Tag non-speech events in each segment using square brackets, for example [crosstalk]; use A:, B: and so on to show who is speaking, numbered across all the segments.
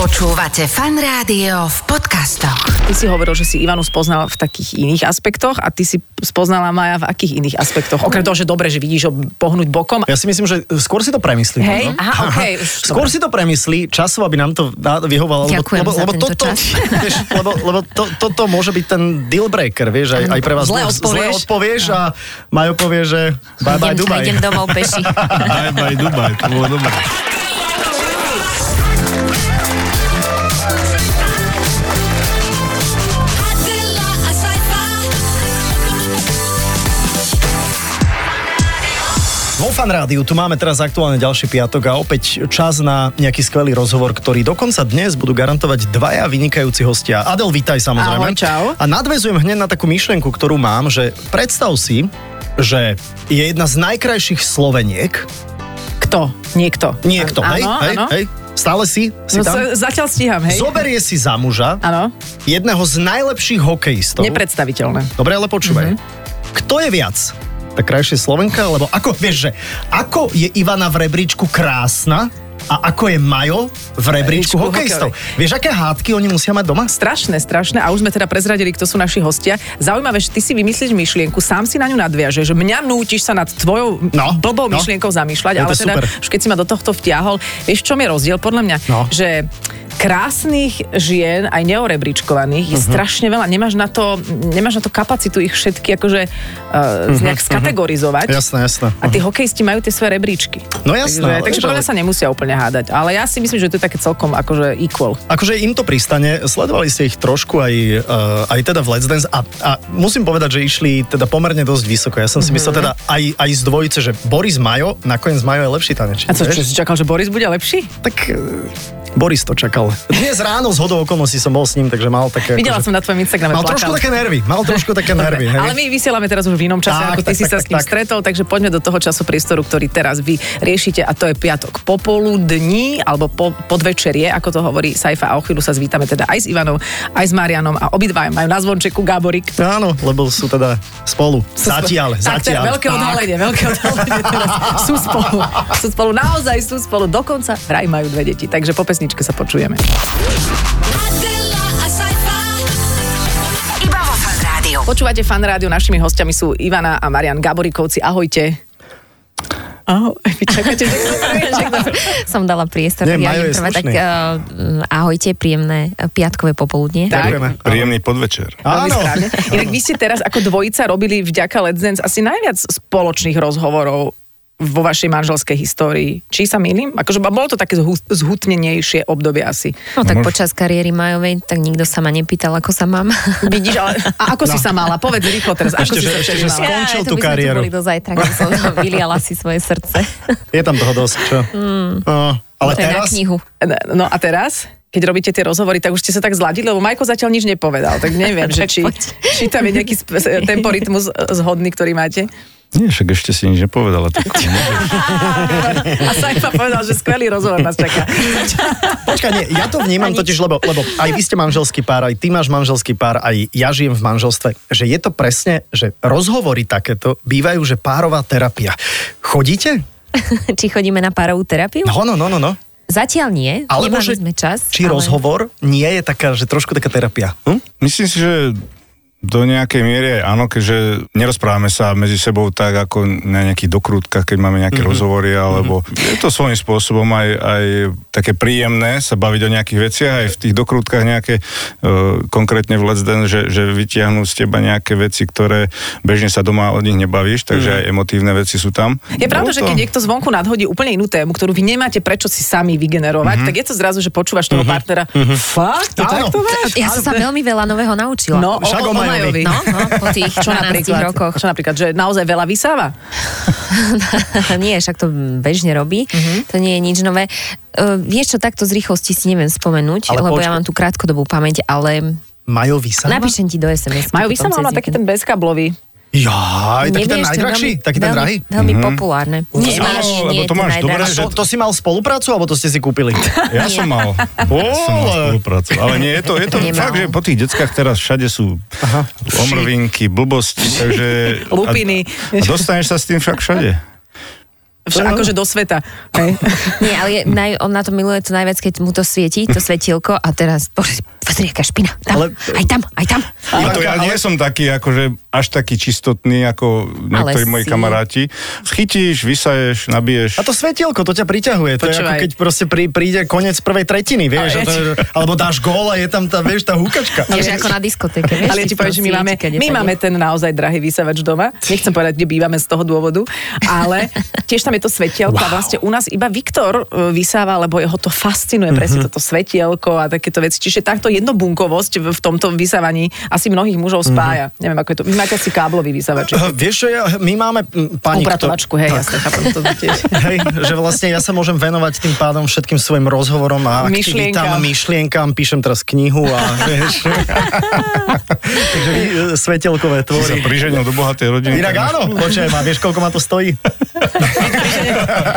A: Počúvate fan rádio v podcastoch.
B: Ty si hovoril, že si Ivanu spoznal v takých iných aspektoch a ty si spoznala Maja v akých iných aspektoch? Okrem toho, že dobre, že vidíš ho pohnúť bokom.
C: Ja si myslím, že uh, skôr si to premyslí.
B: Hej,
C: možno.
B: aha, okej, už,
C: Skôr
B: dobre.
C: si to premyslí časovo, aby nám to dá- vyhovalo. lebo-
A: Ďakujem
C: lebo,
A: za
C: lebo,
A: tento
C: toto,
A: čas.
C: [laughs] Vieš, lebo, lebo to, toto môže byť ten deal breaker, vieš, aj, aj pre vás.
B: Zle odpovieš.
C: Zle odpovieš a Majo povie, že bye bye
D: idem,
C: Dubaj.
D: idem domov peši.
E: [laughs] Bye bye Dubaj, to bolo dobré.
C: Vo Fan Rádiu tu máme teraz aktuálne ďalší piatok a opäť čas na nejaký skvelý rozhovor, ktorý dokonca dnes budú garantovať dvaja vynikajúci hostia. Adel, vítaj
B: Ahoj,
C: samozrejme.
B: čau.
C: A nadvezujem hneď na takú myšlienku, ktorú mám, že predstav si, že je jedna z najkrajších Sloveniek,
B: Kto? Niekto.
C: niekto,
B: áno,
C: hej, hej,
B: áno.
C: hej, stále si, si
B: No,
C: tam,
B: sa- zatiaľ stíham, hej.
C: zoberie si za muža
B: Áno,
C: jedného z najlepších hokejistov.
B: nepredstaviteľné.
C: Dobre, ale počúvaj. Mm-hmm. Kto je viac? Tá krajšia Slovenka? Lebo ako, vieš, že ako je Ivana v rebríčku krásna a ako je Majo v
B: Rebríčku
C: rebríčku hokejistov. Vieš, aké hádky oni musia mať doma?
B: Strašné, strašné. A už sme teda prezradili, kto sú naši hostia. Zaujímavé, že ty si vymyslíš myšlienku, sám si na ňu nadviaže, že mňa nútiš sa nad tvojou no,
C: No,
B: blbou no.
C: no.
B: myšlienkou zamýšľať,
C: Je to
B: ale teda
C: super.
B: už keď si ma do tohto vtiahol, vieš, v čom je rozdiel podľa mňa?
C: No.
B: Že krásnych žien, aj neorebričkovaných,
C: Mhm.
B: je strašne veľa. Nemáš na to, nemáš na to kapacitu ich všetky akože uh, nejak skategorizovať.
C: Mhm, Jasné, jasné.
B: A tí hokejisti majú tie svoje rebríčky.
C: No jasné,
B: Takže,
C: ale
B: takže
C: vieš,
B: podľa mňa sa
C: ale-
B: nemusia úplne hádať. Ale ja si myslím, že to je také celkom akože equal.
C: Akože im to pristane, sledovali ste ich trošku aj, uh, aj teda v Let's Dance a, a musím povedať, že išli teda pomerne dosť vysoko. Ja som
B: Mhm.
C: si myslel teda aj, aj z dvojice, že Boris Majo, nakoniec Majo je lepší
B: A
C: tanečník.
B: co, čo
C: vieš?
B: si čakal, že Boris bude lepší?
C: Tak eh, Boris to čakal. Dnes ráno z hodou okolností som bol s ním, takže mal také...
B: Videla
C: akože-
B: som na tvojom Instagrame
C: Mal
B: plakal.
C: trošku také nervy, mal trošku také nervy.
D: [laughs]
B: Dobre,
C: Hej.
B: ale my vysielame teraz už v inom čase, tak,
C: Tak,
B: ako ty
C: tak,
B: si
C: tak,
B: sa
C: tak,
B: s ním
C: tak.
B: stretol, takže poďme do toho časopriestoru, ktorý teraz vy riešite a to je piatok popoludní alebo po, podvečerie, ako to hovorí Saifa a o chvíľu sa zvítame teda aj s Ivanou, aj s Marianom a obidva majú na zvončeku Gáborik.
C: Áno, lebo sú teda spolu. Zatiaľ,
B: tak,
C: zatiaľ.
B: Tak, veľké odhalenie, veľké odhalenie teraz. Sú spolu, sú spolu, naozaj sú spolu, dokonca vraj majú dve deti, takže po pesničke sa počujeme.
A: Iba vo fan rádiu.
B: Počúvate fan rádiu, našimi hostiami sú Ivana a Marian Gaborikovci. Ahojte. Ahoj, vy čakáte, že kto povie, že kto-
D: Som dala priestor.
C: Nie,
D: ja
C: Majo
D: idem
C: je
D: prvá, tak
C: slušný.
D: uh, ahojte, príjemné eh, piatkové popoludne.
B: Tak.
C: Ďakujeme.
E: Príjemný podvečer.
B: Veľmi
C: Áno.
B: správne. Inak vy ste teraz ako dvojica robili vďaka Let's Dance asi najviac spoločných rozhovorov vo vašej manželskej histórii. Či sa milím? Akože ba- bolo to také zhu- zhutnenejšie obdobie asi.
D: No tak
E: Môž-
D: počas kariéry Majovej, tak nikto sa ma nepýtal, ako
C: [laughs]
D: sa mám. [laughs]
B: Vidíš, ale a ako si sa mala? Povedz rýchlo teraz, ako
C: No. Ešte,
B: si
C: že-
B: sa
C: ešte,
B: vtedy
C: že
B: mala?
C: skôr- Skončil tú
D: to by sme tu
C: kariéru.
D: boli do zajtra, keď som
C: [laughs]
D: vyliala si svoje srdce.
C: Je tam toho dosť, čo? No, ale
D: Hmm. [laughs] to je na
C: teraz...
D: knihu.
B: No a teraz? Keď robíte tie rozhovory, tak už ste sa tak zladili, lebo Majko zatiaľ nič nepovedal, tak neviem, že či,
D: Poď.
B: či tam je nejaký sp- s- temporitmus e, zhodný, ktorý máte.
E: Nie, však ešte si nič nepovedala. Tak...
B: [laughs] A Saifa povedal, že skvelý rozhovor nás čaká.
C: Počkaj, nie, ja to vnímam totiž, lebo, lebo aj vy ste manželský pár, aj ty máš manželský pár, aj ja žijem v manželstve, že je to presne, že rozhovory takéto bývajú, že párová terapia. Chodíte?
D: Či chodíme na párovú terapiu?
C: No, no, no, no. no.
D: Zatiaľ nie,
C: Alebo,
D: nemali
C: že,
D: sme čas.
C: či rozhovor nie je taká, že trošku taká terapia. Hm?
E: Myslím si, že do nejakej miery aj áno, keďže nerozprávame sa medzi sebou tak ako na nejakých dokrutkách, keď máme nejaké
B: Mhm.
E: mm-hmm. rozhovory, alebo mm-hmm. je to svojím spôsobom aj, aj také príjemné sa baviť o nejakých veciach, aj v tých dokrutkách nejaké, eh, konkrétne v Let's Dance, že, že vytiahnú z teba nejaké veci, ktoré bežne sa doma od nich nebavíš, takže mm-hmm. aj emotívne veci sú tam.
B: Mhm. Je pravda,
E: Bolo
B: že
E: to-
B: keď niekto zvonku nadhodí úplne inú tému, ktorú vy nemáte prečo si sami vygenerovať, tak je to zrazu, že počúvaš toho partnera. Fakt? To
C: Áno.
B: takto máš?
D: Ja som sa veľmi veľa nového naučila.
B: No, o,
C: Však
B: o, o
C: o Majovi.
B: Majovi.
D: No, no, po
C: [laughs]
D: tých 12 rokoch.
B: Čo napríklad, že naozaj veľa vysáva?
D: [laughs] nie, však to bežne robí,
B: Mhm.
D: to nie je nič nové. Uh, vieš čo, takto z rýchlosti si neviem spomenúť,
C: Ale
D: lebo
C: počkaj.
D: ja mám tu krátkodobú pamäť, ale
C: Majo vysáva?
D: napíšem ti do SMS.
B: Majú vysáva má taký ten bezkablový.
C: Jaj, taký ten najdrahší, taký ten drahý.
D: Veľmi
B: Mhm.
D: populárne.
E: to máš, lebo to
D: je ten
E: máš dobré,
D: najdrahší.
E: že-
C: To, to si mal spoluprácu, alebo to ste si kúpili?
E: Ja som mal. Ja som mal spoluprácu. Ale nie, je to, je to
D: Nemal.
E: fakt, že po tých deckách teraz všade sú omrvinky, blbosti, takže...
B: Lupiny.
E: A, a dostaneš sa s tým však všade.
B: Vš- akože do sveta. Hej. [laughs]
D: Nie, ale je, naj, on na to miluje to najviac, keď mu to svietí,
B: [laughs]
D: to svetielko a teraz, bože, pozri, aká špina. Tam,
C: Ale-
D: ale... Aj tam, aj tam.
E: Na to ja nie som taký, akože až taký čistotný, ako niektorí
D: Ale
E: moji
D: si.
E: kamaráti. Chytíš, vysaješ, nabiješ.
C: A to svetielko, to ťa priťahuje. To je ako
B: Počúvaj.
C: keď proste prí, príde koniec prvej tretiny,
B: Ale
C: vieš. A
B: ja
C: to, alebo dáš gól a je tam tá, vieš, tá húkačka.
D: Ale že ako na diskotéke, vieš?
B: [laughs] Ale ja
D: ty
B: ti
D: v tom
B: poviem, že my máme,
D: svietike,
B: my
D: nepadne.
B: máme ten naozaj drahý vysavač doma. Nechcem povedať, kde bývame z toho dôvodu, ale tiež tam je to svetielko wow. a vlastne u nás iba Viktor e, vysáva, lebo jeho to fascinuje presne toto svetielko a takéto veci. Čiže takto jednobunkovosť v, v tomto vysávaní asi mnohých mužov spája. Neviem, ako je to. Vy máte asi káblový vysávač.
C: Eh, Vieš čo, ja, my máme mm, pani,
B: Upratovačku, hej, jasne, chápem to tiež.
C: [laughs] Hej, že vlastne ja sa môžem venovať tým pádom všetkým svojim rozhovorom a
B: Myšlienkam.
C: aktivitám, myšlienkam, píšem teraz knihu a
B: [laughs]
C: vieš. Takže vy, eh, svetelkové
E: Si sa
C: tvory.
E: priženil do bohatej rodiny.
C: Inak áno, počujem, a vieš, koľko ma to stojí?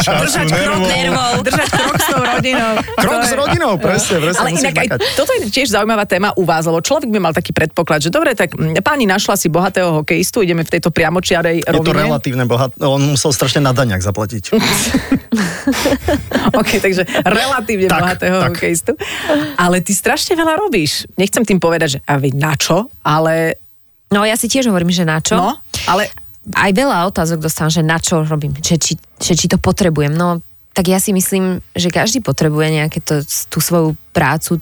B: Držať krok,
D: nervov.
B: držať krok s tou rodinou.
C: Krok
B: To
C: s
B: je-
C: rodinou, presne, presne.
B: Ale
C: musíš
B: inak aj,
C: makať.
B: toto je tiež zaujímavá téma u vás, lebo človek by mal taký predpoklad, že dobre, tak mm, páni našla si bohatého hokejistu, ideme v tejto priamočiarej
C: Je to
B: rovine.
C: relatívne bohat. On musel strašne na daňach zaplatiť.
B: [laughs]
D: Hm,
B: OK, takže relatívne
C: Tak,
B: tak, bohatého
C: tak.
B: tak. hokejistu. Ale ty strašne veľa robíš. Nechcem tým povedať, že a vy na čo, ale...
D: No ja si tiež hovorím, že na čo.
B: No, ale
D: aj veľa otázok dostávam, že na čo robím, že či, že či to potrebujem. No, tak ja si myslím, že každý potrebuje nejaké to, tú svoju prácu,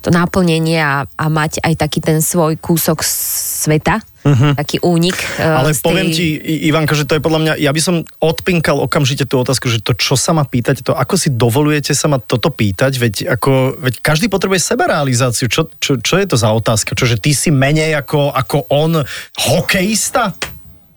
D: to naplnenie a, a mať aj taký ten svoj kúsok s- sveta, uh-huh. taký únik. e,
C: Mhm. Ale
D: z tej...
C: poviem ti, I- Ivanka, že to je podľa mňa, ja by som odpinkal okamžite tú otázku, že to, čo sa ma pýtať, to ako si dovolujete sa ma toto pýtať, veď, ako, veď každý potrebuje sebarealizáciu. Čo, čo, čo je to za otázka? Čože ty si menej ako, ako on hokejista?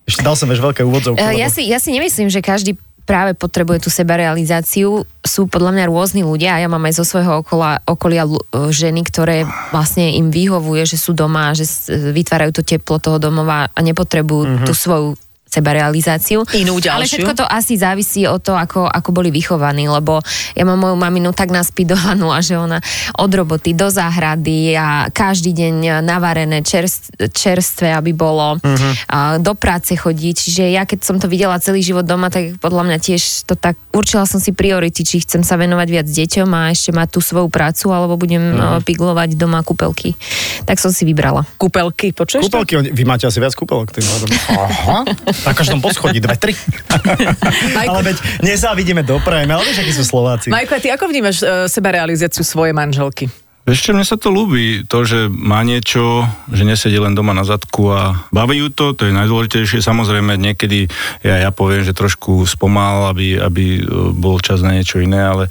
C: Ešte dal som, vieš, veľké úvodzovky.
D: E, Ja
C: lebo-
D: si, ja si nemyslím, že každý práve potrebuje tú sebarealizáciu. Sú podľa mňa rôzni ľudia a ja mám aj zo svojho okola, okolia lu- e, ženy, ktoré vlastne im vyhovuje, že sú doma, že s- e, vytvárajú to teplo toho domova a nepotrebujú mm-hmm. tú svoju sebarealizáciu.
B: Inú ďalšiu.
D: Ale všetko to asi závisí od toho, ako, ako boli vychovaní, lebo ja mám moju maminu tak naspidovanú a že ona od roboty do záhrady a každý deň navarené čerst, čerstvé, aby bolo
B: Mhm.
D: a do práce chodí. Čiže ja keď som to videla celý život doma, tak podľa mňa tiež to tak určila som si priority, či chcem sa venovať viac deťom a ešte mať tú svoju prácu, alebo budem
B: Mhm.
D: mm. piglovať doma kúpelky. Tak som si vybrala.
B: kúpelky, počuješ to?
C: Kúpelky, oni- vy máte asi viac kúpelok tým pádom. Aha. Na každom poschodí dve,
D: [laughs]
C: tri.
B: Majko-
C: ale veď nezávidíme do prajme, ale vieš, akí sú Slováci.
B: Majko, a ty ako vnímaš e, sebarealizáciu svojej manželky?
E: Ešte mne sa to ľúbi, to, že má niečo, že nesedí len doma na zadku a baví ju to, to je najdôležitejšie. Samozrejme, niekedy ja, ja poviem, že trošku spomal, aby, aby eh, bol čas na niečo iné, ale,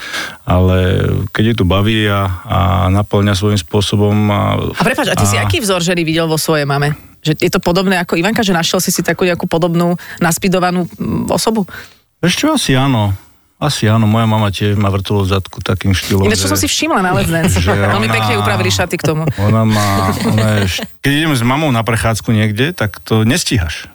E: ale keď ju to baví a, a naplňa svojím spôsobom. A,
B: A prepáč, a ty a... si aký vzor ženy videl vo svojej mame? Že je to podobné ako Ivanka, že našiel si si takú nejakú podobnú naspidovanú mm, osobu?
E: Ešte asi áno. Asi áno, moja mama tiež má vrtulo v zadku takým štýlom.
B: Ináč, čo som
E: že-
B: si všimla na Let's
C: [laughs]
B: Dance.
E: že
B: Veľmi
E: ona-
B: pekne upravili šaty k tomu.
E: Ona má, ona je, š- keď ideme s mamou na prechádzku niekde, tak to nestíhaš.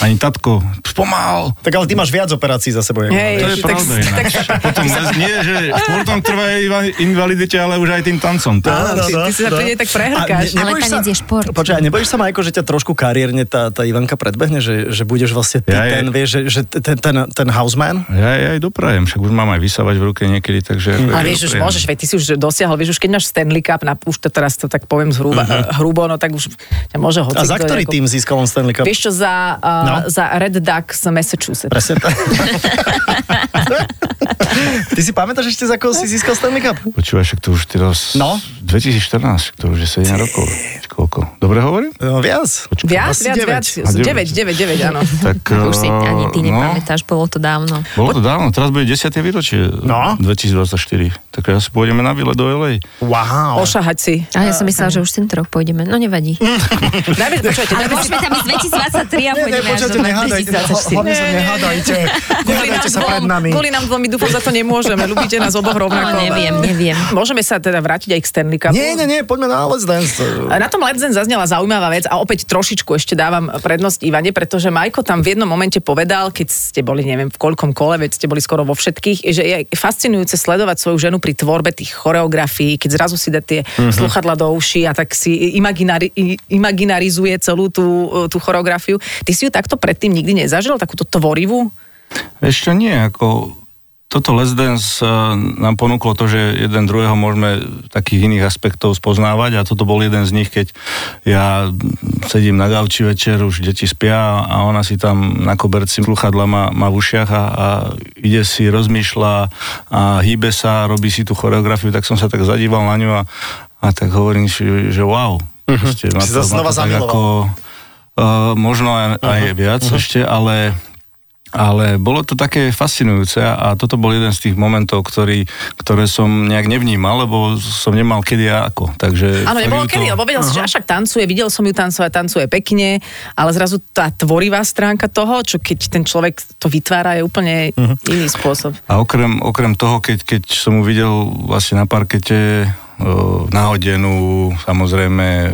E: Ani tatko, pomal.
C: Tak ale ty máš viac operácií za sebou. jak
B: Hej.
E: To
C: ona, vieš.
E: je
B: tak-
E: pravda ináč. Potom les, nie, že športom trvá jej iva- invalidite, ale už aj tým tancom. To,
B: Áno, ty- ty si sa pri nej tak prehrkáš.
C: no, A nebojíš
D: Ale tanec je šport.
C: Počkaj, a nebojíš sa, Majko, že ťa trošku kariérne tá, tá Ivanka predbehne, že, že budeš vlastne ty
E: Ja je-
C: ten, vieš, že, že ten, ten, ten houseman?
E: ja, ja aj doprajem, však už mám aj vysávať v ruke niekedy, takže... ako
B: Hm. Ale
E: ja
B: vieš, už
E: doprajem.
B: môžeš, veď ty si už dosiahol, vieš, už keď máš Stanley Cup, na, už to teraz to tak poviem zhruba, uh-huh. hrubo, no tak už ťa môže hoci.
C: Mhm. A za
B: kto
C: ktorý
B: nejako-
C: tým získal on Stanley Cup?
B: Vieš čo, za, uh,
C: No.
B: no. za Red Ducks Massachusetts.
C: Presne tak. [laughs] Ty si pamätáš ešte, za koho si získal Stanley Cup?
E: Počúvaj, však to už teraz...
C: No.
E: 2014, však to už je 7 rokov. Či Koľko? Dobre hovorím?
C: No viac.
B: Viac,
C: Asi
B: viac, viac.
C: deväť.
E: 9,
B: 9, 9, 9, áno.
E: Tak,
D: No, Už si ani ty
E: eh,
B: No,
D: nepamätáš, bolo to dávno.
E: No, bolo to dávno, teraz bude 10. výročie
C: No.
E: 2024. Tak asi pôjdeme na výlet do LA.
C: Wow.
B: Ošahať si.
D: A ja som myslela, že už tento rok pôjdeme. No nevadí.
B: Najviac, počujete,
D: Ale môžeme tam ísť 2023 a
C: Mm. Ne, ne,
D: pôjdeme až
C: počujte,
D: do
C: nehádajte. Hlavne sa
D: 2024.
C: nehádajte.
B: Kvôli nám,
C: Nehádajte sa pred
B: dvom,
C: nami. No,
B: kvôli nám dvom, my dúfam, za to nemôžeme. Ľubíte nás
C: [laughs]
B: oboch rovnako.
D: Ale neviem, neviem.
B: Môžeme sa teda vrátiť aj k Stanley Cupu?
C: Nie, nie, nie, poďme na Let's Dance.
B: Na tom Let's Dance zaznela zaujímavá vec a opäť trošičku ešte dávam prednosť Ivane, pretože Majko tam v jednom momente povedal, keď ste boli, neviem v koľkom kole, veď ste boli skoro vo všetkých, že je fascinujúce sledovať svoju ženu pri tvorbe tých choreografií, keď zrazu si dá tie mm-hmm. sluchadla do uší a tak si imaginari, i- imaginarizuje celú tú, tú choreografiu. Ty si ju takto predtým nikdy nezažil, takúto tvorivú?
E: Ešte nie, ako toto Let's Dance eh, nám ponúklo to, že jeden druhého môžeme v takých iných aspektov spoznávať a toto bol jeden z nich, keď ja sedím na gauči večer, už deti spia a ona si tam na koberci sluchadla má, má v ušiach a, a ide si, rozmýšľa a hýbe sa, robí si tú choreografiu, tak som sa tak zadíval na ňu a, a tak hovorím si, že wow. Proste,
C: Mhm. Si sa
E: to-
C: znova
E: to tak
C: zamiloval. Mhm.
E: Uh, možno aj, aj viac ešte, ale, ale bolo to také fascinujúce a toto bol jeden z tých momentov, ktorý, ktoré som nejak nevnímal, lebo som nemal kedy a ako. Takže
B: Áno,
E: fakt
B: nebolo
E: ju to-
B: kedy, lebo vedel si, že až tak tancuje, videl som ju tancovať, tancuje pekne, ale zrazu tá tvorivá stránka toho, čo keď ten človek to vytvára, je úplne
C: Mhm.
B: iný spôsob.
E: A okrem, okrem toho, keď, keď som ju videl vlastne na parkete, o, nahodenú, samozrejme...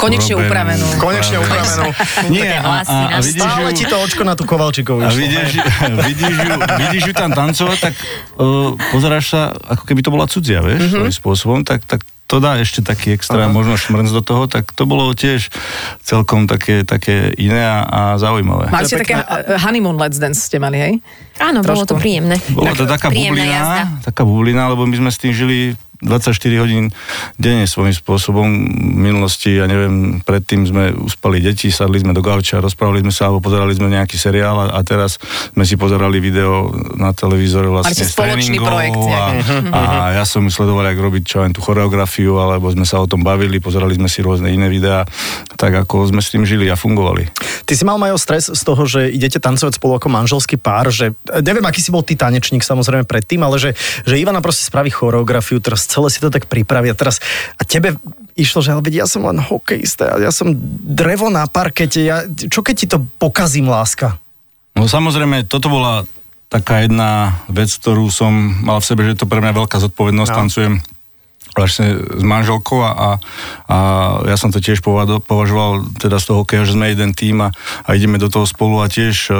B: Konečne
E: urobenú,
B: upravenú.
C: Konečne upravenú.
E: Nie, a, a, a vidíš,
C: Stále
E: ju-
C: ti to očko na tú Kovalčíkovú
E: A
C: išlo,
E: [laughs] vidíš,
C: hej?
E: vidíš, ju, vidíš ju tam tancovať, tak uh, pozeráš sa, ako keby to bola cudzia, vieš, mm-hmm. svojím spôsobom, tak, tak to dá ešte taký extra, Aha. možno šmrnc do toho, tak to bolo tiež celkom také, také iné a, a zaujímavé.
B: Mali ste také
C: pekné.
B: eh, honeymoon let's dance ste mali, hej?
D: Áno, bolo to
B: Trošku.
D: príjemné.
E: Bola to taká
D: Príjemná
E: bublina,
D: jazda.
E: taká bublina, lebo my sme s tým žili 24 hodín denne svojím spôsobom. V minulosti, ja neviem, predtým sme uspali deti, sadli sme do gauča, rozprávali sme sa alebo pozerali sme nejaký seriál a, a teraz sme si pozerali video na televízore
B: Mali ste
E: vlastne s
B: spoločný
E: tréningov
B: projekt
E: a,
B: nejaký.
E: a ja som ju sledoval, jak robiť čo aj tú choreografiu, alebo sme sa o tom bavili, pozerali sme si rôzne iné videá, tak ako sme s tým žili a fungovali.
C: Ty si mal majo stres z toho, že idete tancovať spolu ako manželský pár, že e, neviem, aký si bol ty tanečník samozrejme predtým, ale že, že Ivana proste spraví choreografiu, teraz celé si to tak pripravia teraz a tebe išlo, že ale veď ja som len hokejista, ja som drevo na parkete, ja, čo keď ti to pokazím, láska?
E: No samozrejme, toto bola taká jedna vec, ktorú som mal v sebe, že je to pre mňa veľká zodpovednosť,
C: No.
E: no. tancujem vlastne s manželkou a, a, a ja som to tiež povado- považoval teda z toho hokeja, že sme jeden tým a, a ideme do toho spolu a tiež e,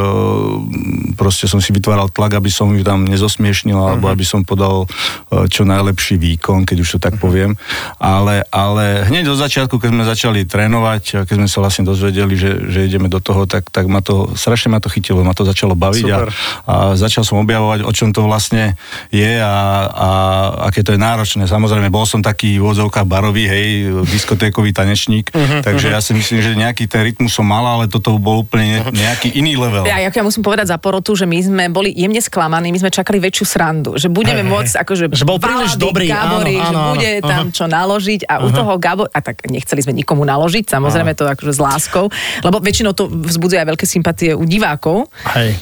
E: proste som si vytváral tlak, aby som ju tam nezosmiešnil alebo aby som podal e, čo najlepší výkon, keď už to tak poviem. Ale, ale hneď od začiatku, keď sme začali trénovať, a keď sme sa vlastne dozvedeli, že, že ideme do toho, tak, tak ma to, strašne ma to chytilo, ma to začalo baviť a,
C: Super.
E: a začal som objavovať, o čom to vlastne je a, a aké to je náročné. Samozrejme, bol som taký v odzovkách barový, hej, diskotékový
D: Mhm,
E: tanečník, takže ja si myslím, že nejaký ten rytmus som mal, ale toto bol úplne
D: Mhm.
E: ne- nejaký iný
C: No.
E: level.
B: Ja, ja, ja musím povedať za porotu, že my sme boli jemne sklamaní, my sme čakali väčšiu srandu, že budeme
C: Hej, hej.
B: môcť akože
C: Že bol príliš
B: balady,
C: dobrý, áno,
B: Gabory, že
C: áno, áno,
B: bude
C: aha.
B: tam čo naložiť a u toho Gabor, a tak nechceli sme nikomu naložiť, samozrejme to akože s láskou, lebo väčšinou to vzbudzuje aj veľké sympatie u divákov,
C: Hej.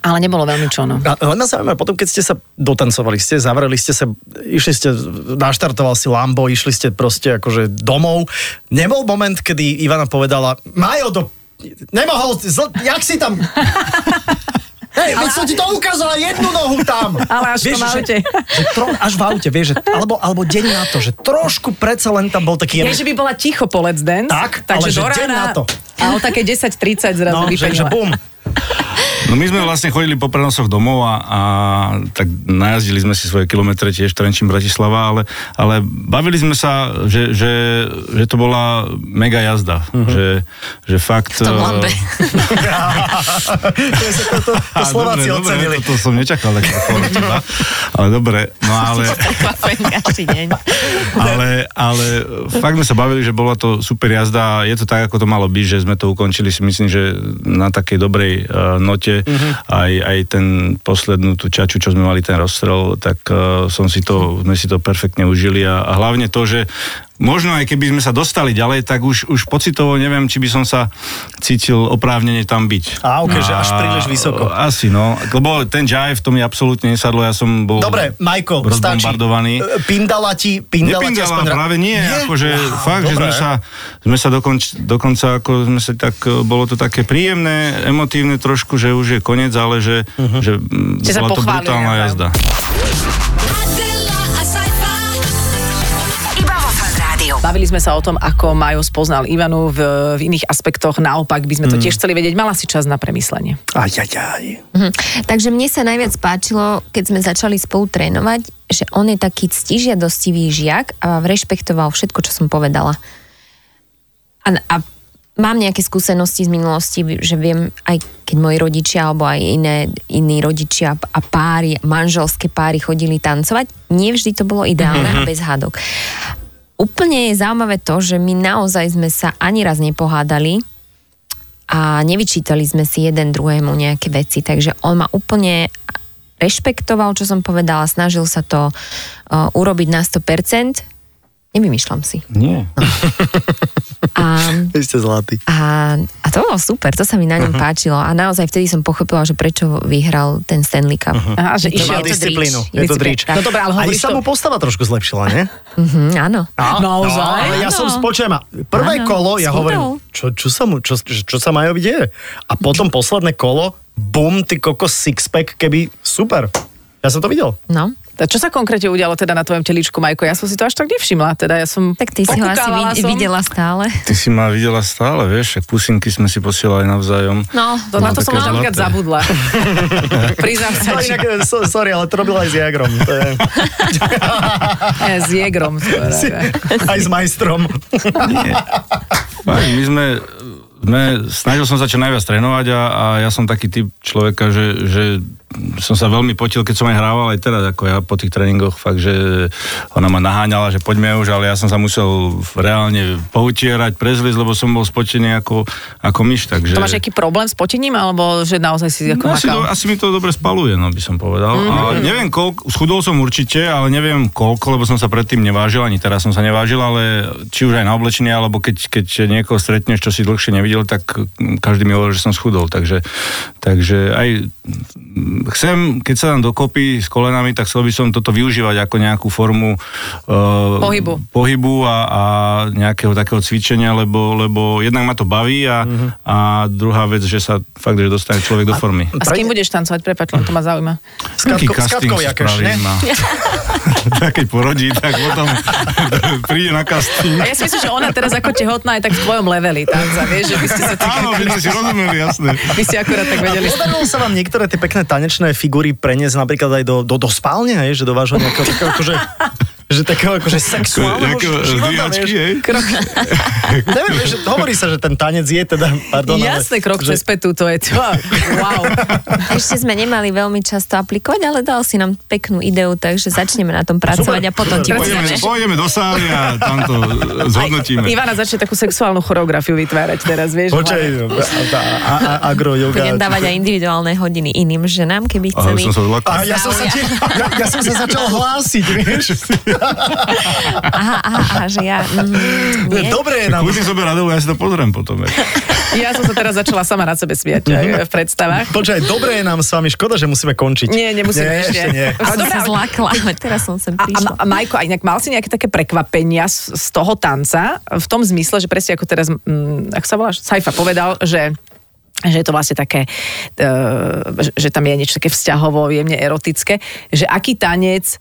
B: ale nebolo veľmi čo, no.
C: A len ma zaujíma, potom keď ste sa dotancovali, ste zavreli ste sa, išli ste, naštartoval si Lambo, išli ste proste akože domov. Nebol moment, kedy Ivana povedala, Majo, do... nemohol, zl... jak
B: [laughs]
C: si tam... Hej, veď som ti to ukázala jednu nohu tam.
B: Ale až v tom aute.
C: Že, že tro, až v aute, vieš, že, alebo, alebo deň na to, že trošku predsa len tam bol taký...
B: Ja, že by bola ticho po Let's Dance.
C: Tak,
B: takže
C: ale že
B: do
C: deň na
B: rána,
C: to.
B: A o také 10.30 zrazu
C: No, že, že
B: vypenila. [laughs]
C: bum. [laughs]
E: No my sme vlastne chodili po prenosoch domov a, a tak najazdili sme si svoje kilometre tiež Trenčín Bratislava, ale, ale bavili sme sa, že, že, že to bola mega jazda. Uh-huh. Že, že fakt...
D: Mhm. V
E: e,
D: tom lambe.
C: to, je- to, to, to
E: Á,
C: Slováci
E: dobre, dobre,
C: ocenili.
E: To, to som nečakal takú odpoveď od teba. Ale dobre, no ale...
C: [laughs]
D: Prekvapenie každý deň.
E: [laughs] Ale, ale fakt sme sa bavili, že bola to super jazda. Je to tak, ako to malo byť, že sme to ukončili si myslím, že na takej dobrej uh, note.
C: Mhm.
E: Uh-huh. Aj, aj ten poslednú tú čaču, čo sme mali ten rozstrel, tak uh, som si to, sme si to perfektne užili a, a hlavne to, že možno aj keby sme sa dostali ďalej, tak už, už pocitovo neviem, či by som sa cítil oprávnene tam byť.
C: Á, ok, že až príliš vysoko.
E: Asi, no. Lebo ten jive, to mi absolútne nesadlo, ja som bol
C: Dobre, Majko, stačí.
E: rozbombardovaný.
C: E, Pindala ti, pindala, ti aspoň...
E: Nepingala,
C: ra-
E: práve nie, nie? akože
C: Á,
E: fakt, že
C: dobre.
E: sme sa, sme sa dokonč, dokonca, ako sme sa tak, e, bolo to také príjemné, emotívne trošku, že už je koniec, ale že, uh-huh. že mm,
B: Ste sa
E: bola to
B: pochválili
E: brutálna
B: navzájom.
E: jazda.
F: Adela, a sci-fi.
A: Iba vo Fan Rádiu.
B: Bavili sme sa o tom, ako Majo spoznal Ivanu v, v iných aspektoch, naopak by sme
C: Mm.
B: to tiež chceli vedieť. Mala si čas na premyslenie.
C: Aj, aj, aj.
D: Mhm. Takže mne sa najviac páčilo, keď sme začali spolu trénovať, že on je taký ctižiadostivý žiak a rešpektoval všetko, čo som povedala. A, a mám nejaké skúsenosti z minulosti, že viem aj keď moji rodičia alebo aj iné, iní rodičia a páry, manželské páry chodili tancovať, nie vždy to bolo ideálne a bez hádok. Úplne je zaujímavé to, že my naozaj sme sa ani raz nepohádali a nevyčítali sme si jeden druhému nejaké veci, takže on ma úplne rešpektoval, čo som povedala, snažil sa to uh, urobiť na 100%, nevymýšľam si.
E: Nie.
D: A
C: Vy ste zlatý.
D: a, a to bolo super, to sa mi na ňom uh-huh. páčilo. A naozaj vtedy som pochopila, že prečo vyhral ten Stanley Cup. Uh-huh.
B: Aha, že išiel.
D: Je to
C: Hm. Má
D: dríč.
C: disciplínu. Je to dríč.
B: No dobré, ale
C: Aj
B: hovoríš
C: sa mu
B: to...
C: postava trošku zlepšila, nie?
D: Mhm, áno.
B: Naozaj?
C: No, ale ja
D: Áno.
C: som spočujem a prvé
D: Áno,
C: kolo, ja
D: schudol.
C: hovorím, čo, čo sa mu, čo, čo sa majú deje? A potom posledné kolo, bum, ty kokos sixpack, keby, super. Ja som to videl.
D: No,
B: A Čo sa konkrétne udialo teda na tvojom teličku, Majko? Ja som si to až tak nevšimla. Teda ja som
D: tak ty si ho asi
B: pokúkávala
D: vid-
B: som.
D: videla stále.
E: Ty si ma videla stále, vieš, však pusinky sme si posielali navzájom.
D: No,
B: To, na to som
E: Také
B: napríklad
E: zlaté.
C: [laughs]
B: zabudla. Priznám sa,
C: Ale
B: že [laughs]
C: inak, eh, so, sorry, ale to robil aj s Jagrom. To je,
B: eh, s Jegrom.
C: si, [laughs] aj s majstrom.
E: Fakt, my sme, sme, snažil som sa čo najviac trénovať a, a ja som taký typ človeka, že, že som sa veľmi potil, keď som aj hrával aj teraz, ako ja po tých tréningoch, fakt, že ona ma naháňala, že poďme už, ale ja som sa musel reálne poutierať, prezliť, lebo som bol spotený ako, ako myš, takže...
B: To máš nejaký problém s potením, alebo že naozaj si ako Mhm.
E: No, asi,
B: makal?
E: do, asi mi to dobre spaluje, no by som povedal. Mm-hmm. A neviem koľko, schudol som určite, ale neviem koľko, lebo som sa predtým nevážil, ani teraz som sa nevážil, ale či už aj na oblečenie, alebo keď, keď niekoho stretneš, čo si dlhšie nevidel, tak mm, každý mi hovorí, že som schudol. Takže, takže aj mm, chcem, keď sa dám dokopy s kolenami, tak chcel by som toto využívať ako nejakú formu uh,
B: Pohybu.
E: pohybu a, a nejakého takého cvičenia, lebo, lebo jednak ma to baví a,
C: Mhm.
E: mm-hmm. a druhá vec, že sa fakt, že dostane človek do formy.
B: A s kým budeš tancovať? Prepač, len to ma zaujíma.
C: S Katkou- s Katkou Jakeš, nie? [laughs]
E: A... Keď no. porodí, tak potom [laughs] príde na casting.
B: A ja si myslím, že ona teraz ako tehotná je tak v tvojom leveli, tanca, vieš, že by ste sa tak...
E: Áno, by ste si rozumeli, jasné.
B: Vy ste akurát tak vedeli.
C: Podarilo sa vám niektoré tie pekné tanečné figury preniesť napríklad aj do, do, do spálne, hej? že do vášho nejakého takého akože, že takého akože sexuálneho
E: Nejaké
C: ž- života,
E: zdvíhačky,
C: vieš?
E: eh, hej?
B: Krok,
C: Neviem, že hovorí sa, že ten tanec je teda, pardon, ale-
B: jasné, krok
C: že-
B: cez petu, to je to. Wow.
D: [laughs] Ešte sme nemali veľmi často aplikovať, ale dal si nám peknú ideu, takže začneme na tom pracovať a potom ti
E: Pôjdeme,
D: povieme.
E: pôjdeme do sály a tam to eh, zhodnotíme.
B: Ivana začne takú sexuálnu choreografiu vytvárať teraz, vieš.
C: Počkaj, a- a- a- a- agro yoga.
D: Budem dávať aj individuálne hodiny iným ženám, keby
E: Ale
D: chceli.
E: som sa zlakol.
C: A ja som sa, tiež, ja, ja som sa začal hlásiť, vieš?
D: Aha, aha, aha, že ja... Mm, nie.
C: Dobre je nám.
E: Kľudne som radil, ja si to pozriem potom. hej.
B: Ja som sa teraz začala sama na sebe smiať aj v predstavách.
C: Počkaj, dobre je nám s vami, škoda, že musíme končiť.
B: Nie, nemusíme
C: nie,
B: ešte.
C: ešte nie.
D: Už som sa zlakla, ale [laughs] teraz som sem
B: A, a,
D: prišla.
B: a Majko, a inak mal si nejaké také prekvapenia z, z toho tanca, v tom zmysle, že presne ako teraz, mm, ako sa voláš, Saifa povedal, že že je to vlastne také, e, že- že tam je niečo také vzťahovo, jemne erotické, že aký tanec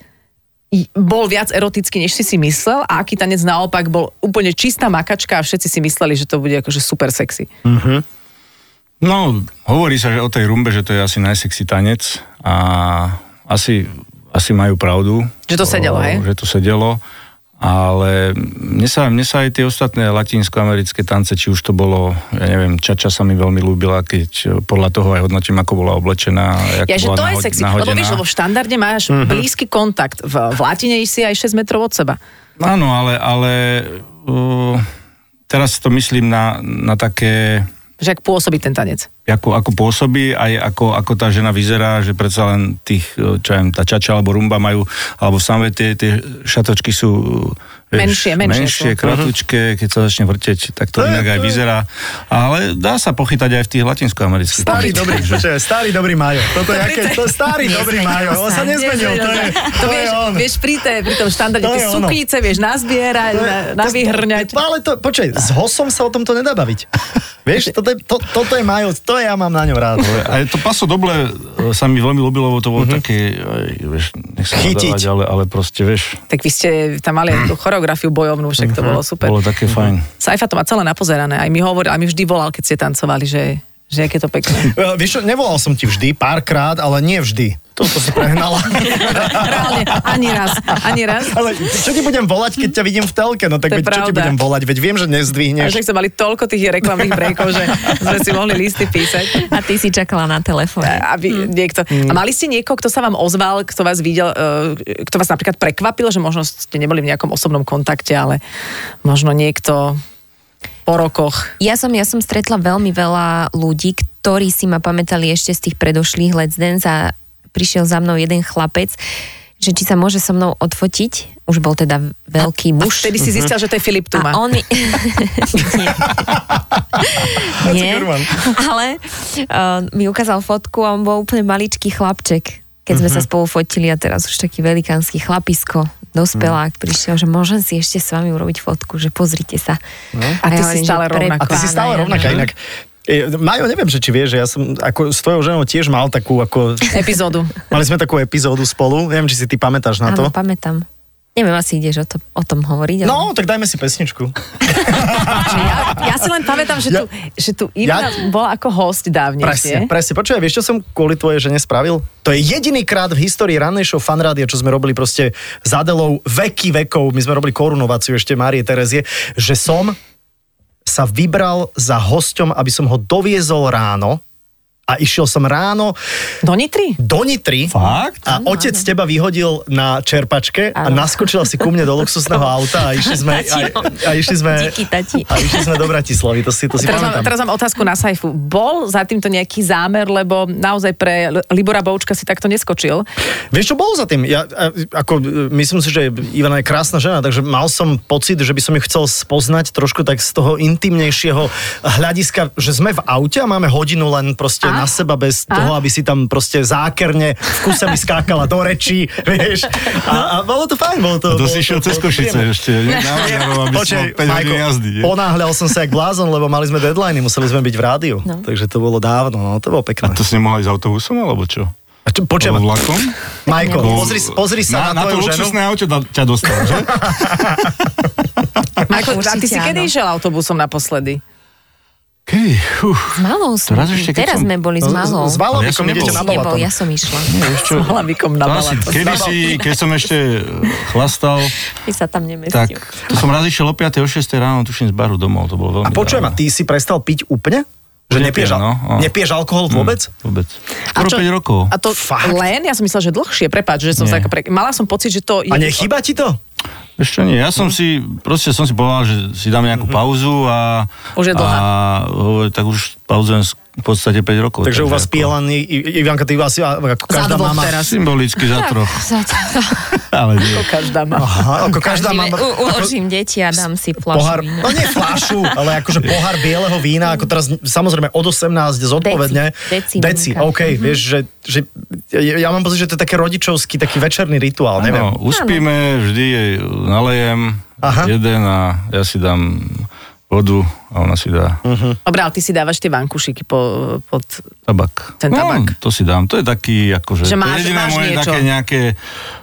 B: i- bol viac erotický, než si si myslel a aký tanec naopak bol úplne čistá makačka a všetci si mysleli, že to bude akože super sexy.
E: No, hovorí sa že o tej rumbe, že to je asi najsexy tanec a asi, asi majú pravdu.
B: Že to sedelo,
E: O,
B: hej?
E: Že to sedelo, ale mne sa, mne sa aj tie ostatné latinskoamerické tance, či už to bolo, ja neviem, Čača sa mi veľmi ľúbila, keď eh, podľa toho aj hodnotím, ako bola oblečená, ako
B: Ja, že
E: bola
B: to je
E: nahod-
B: sexy, lebo
E: nahodená. Mhm.
B: vieš, lebo v štandarde máš blízky kontakt, v, v latine si aj 6 metrov od seba.
E: Áno, ale, ale uh, teraz to myslím na, na také
B: Že ak pôsobí ten tanec.
E: ako, ako pôsobí, aj ako, ako tá žena vyzerá, že predsa len tých, e, čo ja viem, tá čača alebo rumba majú, alebo v samve tie, tie šatočky sú e,
B: Menšie, menšie
E: menšie
B: sú. Mhm.
E: kratučké, keď sa začne vrteť, tak
C: To
E: to
C: je-
E: inak aj
C: to je-
E: vyzerá. Ale dá sa pochytať aj v tých latinskoamerických.
C: Starý
E: tancoch,
C: dobrý,
E: takže-
C: že starý dobrý Majo. Toto je aké, to starý dobrý Majo. On sa nezmenil, to je,
B: to
C: to je
B: vieš,
C: on.
B: vieš pri, té, pri tom štandarde
C: To
B: tie
C: je ono.
B: suknice, vieš nazbierať,
C: To je-
B: na,
C: to-
B: navyhrňať.
C: to- Ale to, počkaj, s hosom sa o tomto nedá baviť. Vieš, toto je, to, toto je Majo, to ja mám na ňom rád.
E: A to paso doble e, sa mi veľmi ľúbilo, lebo to bolo také, aj, vieš, nech sa
C: Mhm. Chytiť.
E: nadávať, ale, ale proste, vieš,
B: Tak vy ste tam mali aj tú choreografiu bojovnú, však to bolo super.
E: bolo také fajn.
B: Saifa to má celé napozerané, aj mi hovoril, aj mi vždy volal, keď ste tancovali, že, že aké to pekné.
C: [laughs] E, Vieš čo, nevolal som ti vždy, párkrát, ale nie vždy. toto si
B: [laughs]
C: prehnala.
B: Reálne, ani raz, ani raz.
C: Ale čo ti budem volať, keď ťa vidím v telke? No tak
B: To je
C: veď, čo ti
B: pravda.
C: budem volať? Veď viem,
B: A
C: že nezdvihneš.
B: že sme mali toľko tých reklamných breakov, že sme si mohli listy písať.
D: A ty si čakala na telefóne.
B: Aby niekto... A mali ste niekoho, kto sa vám ozval, kto vás videl, eh, kto vás napríklad prekvapil, že možno ste neboli v nejakom osobnom kontakte, ale možno niekto po rokoch.
D: Ja som, ja som stretla veľmi veľa ľudí, ktorí si ma pamätali ešte z tých predošlých Let's Dance a prišiel za mnou jeden chlapec, že či sa môže so mnou odfotiť. Už bol teda
B: A
D: veľký muž.
B: vtedy si zistil, že to je Filip Tuma.
D: A on
E: [laughs]
D: mi... Nie. Nie.
C: Cigerman.
D: Ale uh, mi ukázal fotku a on bol úplne maličký chlapček. Keď sme
E: Mhm.
D: sa spolu fotili a teraz už taký velikánsky chlapisko, dospelák
E: Mhm.
D: prišiel, že môžem si ešte s vami urobiť fotku, že pozrite sa.
E: No.
B: A ty si
D: ja hovorím,
B: stále
D: že
B: rovnaká.
C: A ty si
D: prepána,
C: stále
D: ja
C: rovnaká
D: neviem.
C: inak. E, Majo, neviem, že či vieš, že ja som ako s tvojou ženou tiež mal takú, ako...
B: Epizódu.
C: Mali sme takú epizódu spolu, neviem, či si ty pamätáš na to.
D: Áno, pamätám. Neviem, asi ideš o, to, o tom hovoriť. ale-
C: No, tak dajme si pesničku.
B: Že ja, [laughs] ja si len pamätám, že
C: Ja-
B: tu, že tu Ivana
C: Ja-
B: bola ako host
C: Presne,
B: dávnejšie.
C: presne. Počúvaj, vieš, čo som kvôli tvojej žene spravil? To je jediný krát v histórii rannej show fanrádia, čo sme robili proste zadelou veky vekov, my sme robili korunovaciu ešte Márie Terezie, že som sa vybral za hosťom, aby som ho doviezol ráno a išiel som ráno
B: Do Nitry?
C: do Nitry.
E: Fakt?
C: A otec teba vyhodil na čerpačke a
D: Áno.
C: naskočila si ku mne do luxusného auta a išli sme, a,
B: no.
C: a išli sme,
D: Díky, tati.
C: a išli sme do Bratislavy, to si, to si
B: Teraz mám,
C: pamätám.
B: teraz mám otázku na Saifu. Bol za týmto nejaký zámer, lebo naozaj pre L- Libora Boučka si takto neskočil?
C: Vieš, čo bolo za tým? Ja, a, ako, e, myslím si, že Ivana je krásna žena, takže mal som pocit, že by som ju chcel spoznať trošku tak z toho intimnejšieho hľadiska, že sme v aute a máme hodinu len proste
B: A?
C: na seba bez
B: A?
C: toho, aby si tam proste zákerne v kuse mi skákala do rečí, [laughs] vieš. A, a bolo to fajn, bolo to...
E: To
C: bolo
E: si išiel cez Košice
C: [laughs]
E: ešte, nie? Na Maďarov, aby som
C: Počkaj,
E: mal 5 hodín
C: Majko,
E: jazdy. nie?
C: ponáhľal som sa jak blázon, lebo mali sme deadliny, museli sme byť v rádiu. No. Takže to bolo dávno, no, to bolo pekné.
E: To si nemohla ísť autobusom, alebo čo?
C: A čo, počujem,
E: Alebo vlakom?
C: Majko,
E: Alebo-
C: pozri, pozri sa na,
E: na,
C: tvoju
E: to
C: ženu.
E: luxusné auto da- ťa dostal,
C: [laughs]
E: že?
B: Michael, a ty
D: Určite
B: si kedy
D: áno.
B: išiel autobusom naposledy?
E: Kedy? Uf,
D: S malou sme.
E: Teraz ešte, keď
D: Teraz
E: som- No,
D: sme boli s malou.
C: S
E: Ale ja
C: Valovikom
E: som nebol.
C: idete na
E: Nebol,
D: Nebol,
C: Balaton.
D: ja som išla.
E: už čo?
B: S Malavikom na
E: To asi-
B: Balaton.
E: Kedy si, keď som ešte eh, chlastal,
D: My sa tam
E: tak
D: nemestíme.
E: to som raz išiel o 5. o 6. ráno, tuším z baru domov, to bolo veľmi
C: A počujem, a
E: dávno.
C: ty si prestal piť úplne? Že
E: Nepijem,
C: nepieš, al-
E: no, áno.
C: nepieš alkohol vôbec?
E: Mm, vôbec. Skoro 5 rokov.
B: A to
C: Fakt?
B: len? Ja som myslela, že dlhšie. Prepáč, že som sa
E: Nie.
B: taká pre... Mala som pocit, že to...
C: A
B: je-
C: nechýba ti to?
E: Ešte nie, ja som si, proste som si povedal, že si dám
C: Mhm.
E: nejakú pauzu a...
B: Už je dlhá.
E: A hovorí, tak už pauzujem s- v podstate 5 rokov.
C: Takže u vás
E: ako-
C: pije len I- I- Ivanka, ty asi ako každá
B: dvoch
C: mama.
B: teraz.
E: Symbolicky za troch,
D: Zatiaľ.
E: ale nie.
C: [laughs]
B: Každá má.
C: Aha, ako každá
D: Každý-
C: mama.
D: u- Uložím deti a dám si fľašu
C: Pohár,
D: vína.
C: no nie
D: [laughs]
C: flašu, ale akože pohár bieleho vína, ako teraz samozrejme od 18 zodpovedne.
D: Deci, Mhm. deci,
C: deci
D: Ivanka.
C: OK, vieš, že, že ja, ja mám pocit, že to je také rodičovský, taký večerný rituál, neviem.
E: No, uspíme, vždy jej nalejem
C: Aha.
E: jeden a ja si dám vodu a ona si dá
C: Mhm. No.
B: Dobre, ale ty si dávaš tie vankušiky po, pod...
E: tabak.
B: Ten tabak.
E: No, to si dám. To je taký, akože...
B: Že
E: to je
B: máš-
E: jediné
B: máš
E: moje
B: niečo.
E: také nejaké...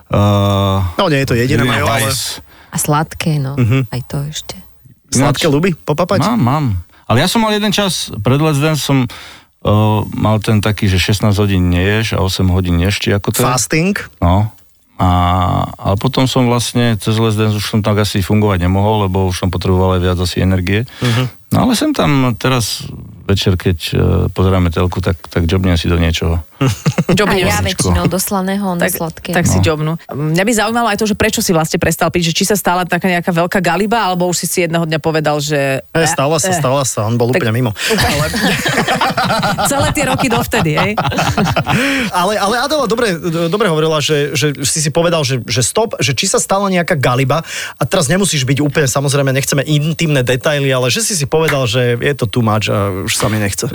E: Uh,
C: No nie je to jediné, Majo, ale
D: A sladké, no.
E: Mhm.
D: Aj to ešte.
C: sladké ľuby, popapať.
E: Mám, mám. Ale ja som mal jeden čas, pred Let's Dance som uh, mal ten taký, že 16 hodín neješ a 8 hodín ješti, ako to je.
C: Fasting.
E: No. A, ale potom som vlastne cez Les Dance už som tak asi fungovať nemohol, lebo už som potreboval aj viac asi energie. Uh-huh. No ale sem tam teraz večer, keď uh, pozeráme telku, tak, tak jobnem si do niečoho.
D: A ja
B: Jobneš.
D: väčšinou do slaného, on
B: Tak,
D: sladké.
B: tak si
E: No.
B: jobnú. Mňa by zaujímalo aj to, že prečo si vlastne prestal piť, že či sa stala taká nejaká veľká galiba, alebo už si si jedného dňa povedal, že...
C: E, stala sa,
B: Eh, eh.
C: stala sa, on bol
B: Tak-
C: úplne mimo. Ale,
B: [laughs]
D: [laughs]
B: Celé tie roky dovtedy, hej?
C: [laughs] ale, ale Adela dobre, dobre hovorila, že, že si si povedal, že, že stop, že či sa stala nejaká galiba a teraz nemusíš byť úplne, samozrejme, nechceme intimné detaily, ale že si si povedal, že je to too much a už sa mi nechce.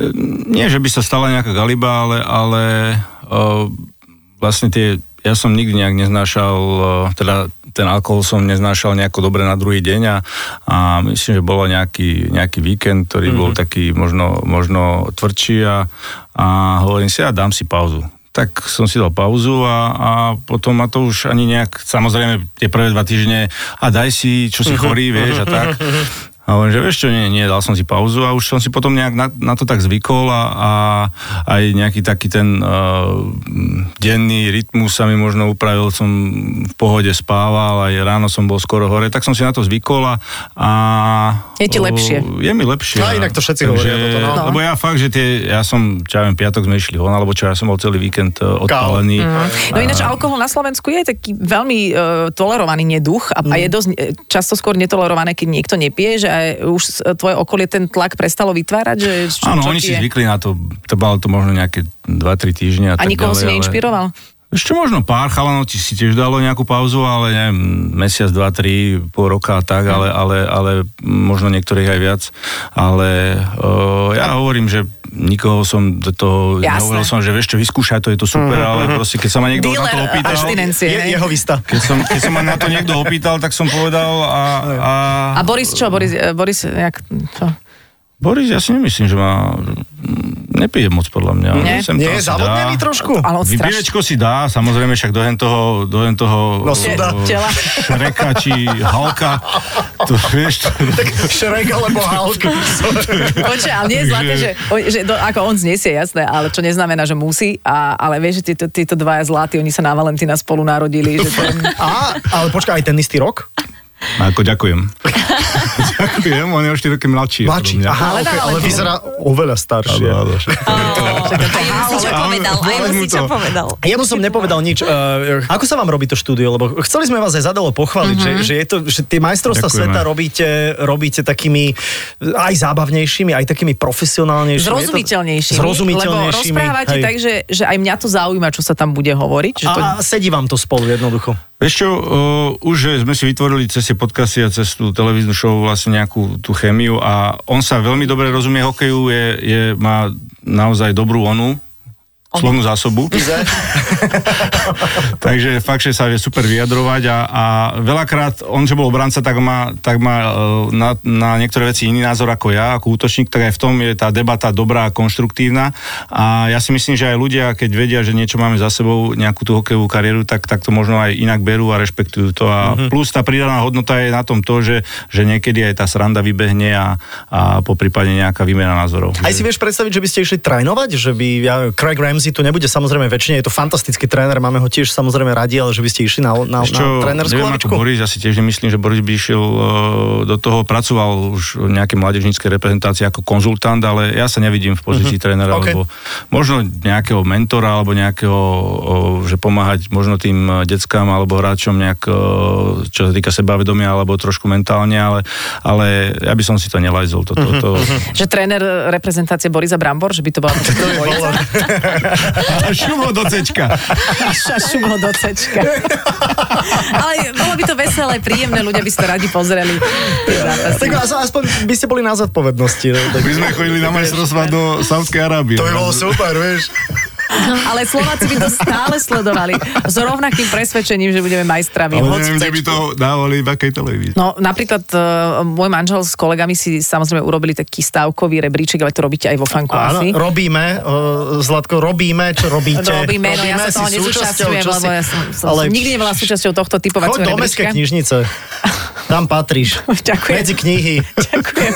E: Nie, že by sa stala nejaká galiba, ale, ale uh, vlastne tie, ja som nikdy nejak neznášal, uh, teda ten alkohol som neznášal nejako dobre na druhý deň a, a myslím, že bol nejaký, nejaký víkend, ktorý mm-hmm. bol taký možno, možno tvrdší a, a hovorím si, ja dám si pauzu. Tak som si dal pauzu a, a potom ma to už ani nejak, samozrejme tie prvé dva týždne, a daj si, čo si chorý, vieš a tak. A A hovorím, že vieš čo, nie, nie, dal som si pauzu a už som si potom nejak na, na to tak zvykol a, a aj nejaký taký ten uh, denný rytmus sa mi možno upravil, som v pohode spával, aj ráno som bol skoro hore, tak som si na to zvykol a... a
B: Je ti
E: o,
B: lepšie.
E: Je mi lepšie.
C: No, inak to všetci hovoria toto, no.
B: No.
E: Lebo ja fakt, že tie, ja som, čo ja viem, piatok sme išli von, alebo čo, ja som bol celý víkend uh, odpálený.
B: No ináč alkohol na Slovensku je taký veľmi e, tolerovaný neduch a, a je dosť e, často skôr netolerované, keď niekto nepije, že aj už s- e, tvoje okolie ten tlak prestalo vytvárať, že čo,
E: Áno,
B: čo
E: oni
B: ti je?
E: si zvykli na to, trvalo to možno nejaké 2-3 týždne. A,
B: A
E: tak
B: nikoho
E: ďalej,
B: si neinšpiroval?
E: Ale... Ešte možno pár chalanov ti si tiež dalo nejakú pauzu, ale neviem, mesiac, dva, tri, pol roka a tak, ale, ale, ale možno niektorých aj viac. Ale uh, ja hovorím, že nikoho som do toho,
B: Jasné. Mhm,
E: nehovoril som, že vieš čo, vyskúšaj to, je to super, ale proste keď sa ma niekto na to
B: Dealer
E: opýtal...
B: abstinencie.
C: Je,
B: hej?
C: jeho vista.
E: Keď, som, keď sa ma na to niekto opýtal, tak som povedal a... a...
B: A Boris čo? Boris, e, Boris jak, čo?
E: Boris, ja si nemyslím, že má... Nepije moc podľa mňa.
B: Nie?
E: Sem tam
C: Nie, je
E: si dá.
C: zavodnený trošku.
B: Ale on strašne...
E: Vypívečko si dá, samozrejme však dohen toho, dohen toho
C: No,
E: eh,
C: suda.
B: Tela.
E: šreka či halka, to vieš, to,
C: Tak Šrek alebo
B: [laughs]
C: Hulk.
B: Počkaj, ale nie je zlaté, že, o- že to, ako on znesie, jasné, ale čo neznamená, že musí, a, ale vieš, že títo, títo dvaja zlatí, oni sa na Valentína spolu narodili, že
E: [laughs]
B: to,
C: Á, ale počkaj, aj ten istý rok?
E: ako ďakujem. ďakujem, on je o 4 roky mladší. odo
C: Mladší.
E: mňa.
C: Aha,
B: Ale na
C: ale, okay, ale
B: Valentína.
C: vyzerá oveľa staršie.
E: Áno, áno.
A: Aj mu si čo
E: Áno,
A: povedal, aj mu
E: povedz
A: si
E: mu
A: čo
E: to.
A: povedal.
C: Ja mu som nepovedal
E: [laughs]
C: nič. Uh, ako sa vám robí to štúdio? Lebo chceli sme vás aj zadalo pochváliť, že, že, je to, že tie majstrovstvá
E: Mhm. Ďakujeme.
C: sveta robíte, robíte takými aj zábavnejšími, aj takými profesionálnejšími.
B: zrozumiteľnejšími.
C: Je to,
B: Lebo
C: zrozumiteľnejšími.
B: rozprávate
C: hej.
B: tak, že, že aj mňa to zaujíma, čo sa tam bude hovoriť. Že to...
C: A sedí vám to spolu jednoducho.
E: Vieš čo, o, už že sme si vytvorili cez tie podcasty a cez tú televíznu show vlastne nejakú tú chémiu a on sa veľmi dobre rozumie hokeju, je, je, má naozaj dobrú onu, slovnú zásobu. [laughs] Takže fakt, že sa vie super vyjadrovať a, a veľakrát on, že bol obranca, tak má, tak má e, na, na niektoré veci iný názor ako ja, ako útočník, tak aj v tom je tá debata dobrá a konštruktívna a ja si myslím, že aj ľudia, keď vedia, že niečo máme za sebou, nejakú tú hokejovú kariéru, tak, tak to možno aj inak berú a rešpektujú to a
C: Mhm.
E: plus tá pridaná hodnota je na tom to, že, že niekedy aj tá sranda vybehne a, a po prípade nejaká výmena názorov.
C: Aj si vieš predstaviť, že by ste išli trénovať? Že by, ja, Craig Ramsey tu nebude samozrejme väčšine, je to fantastický tréner, máme ho tiež samozrejme radi, ale že by ste išli na, na,
E: Ešte,
C: na trénerskú
E: neviem,
C: lavičku?
E: ako Boris, ja si tiež nemyslím, že Boris by išiel e, do toho, pracoval už v nejakej mládežníckej reprezentácii ako konzultant, ale ja sa nevidím v pozícii uh-huh. trénera,
C: Mhm. OK.
E: okay. alebo možno nejakého mentora, alebo nejakého, o, že pomáhať možno tým e, deckám alebo hráčom nejak, e, čo sa týka sebavedomia, alebo trošku mentálne, ale, ale ja by som si to nelajzol. Toto,
C: Mhm.
E: to,
B: Že tréner reprezentácie Borisa Brambor, že by to
C: [laughs]
B: bola
E: [laughs]
B: dvojica.
E: [laughs] Šumo do cečka.
B: Naša šumo do cečka. [laughs] Ale bolo by to veselé, príjemné, ľudia by ste radi pozreli tie zápasy.
C: Tak as- aspoň by ste boli na zodpovednosti. No, tak...
E: My sme chodili na majstrovstvá do Saudskej Arábie.
C: super, vieš.
B: Ale Slováci by to stále sledovali s rovnakým presvedčením, že budeme majstrami.
E: Ale
B: Hoď
E: neviem, kde
B: cečku.
E: by to dávali, v akej televízii.
B: No napríklad uh, môj manžel s kolegami si samozrejme urobili taký stávkový rebríček, ale to robíte aj vo fanku asi.
C: Áno, robíme, uh, Zlatko, robíme, čo robíte.
B: Robíme, no ja sa toho
C: si súčasťou,
B: nezúčastňujem,
C: čo
B: lebo
C: si-
B: ja som, som,
C: Ale
B: som nikdy nebola súčasťou tohto
C: Choď
B: typovacieho
C: do mestskej
B: rebríčka.
C: knižnice. Tam patríš.
B: [laughs] Ďakujem.
C: Medzi
B: [laughs]
C: knihy.
B: Ďakujem.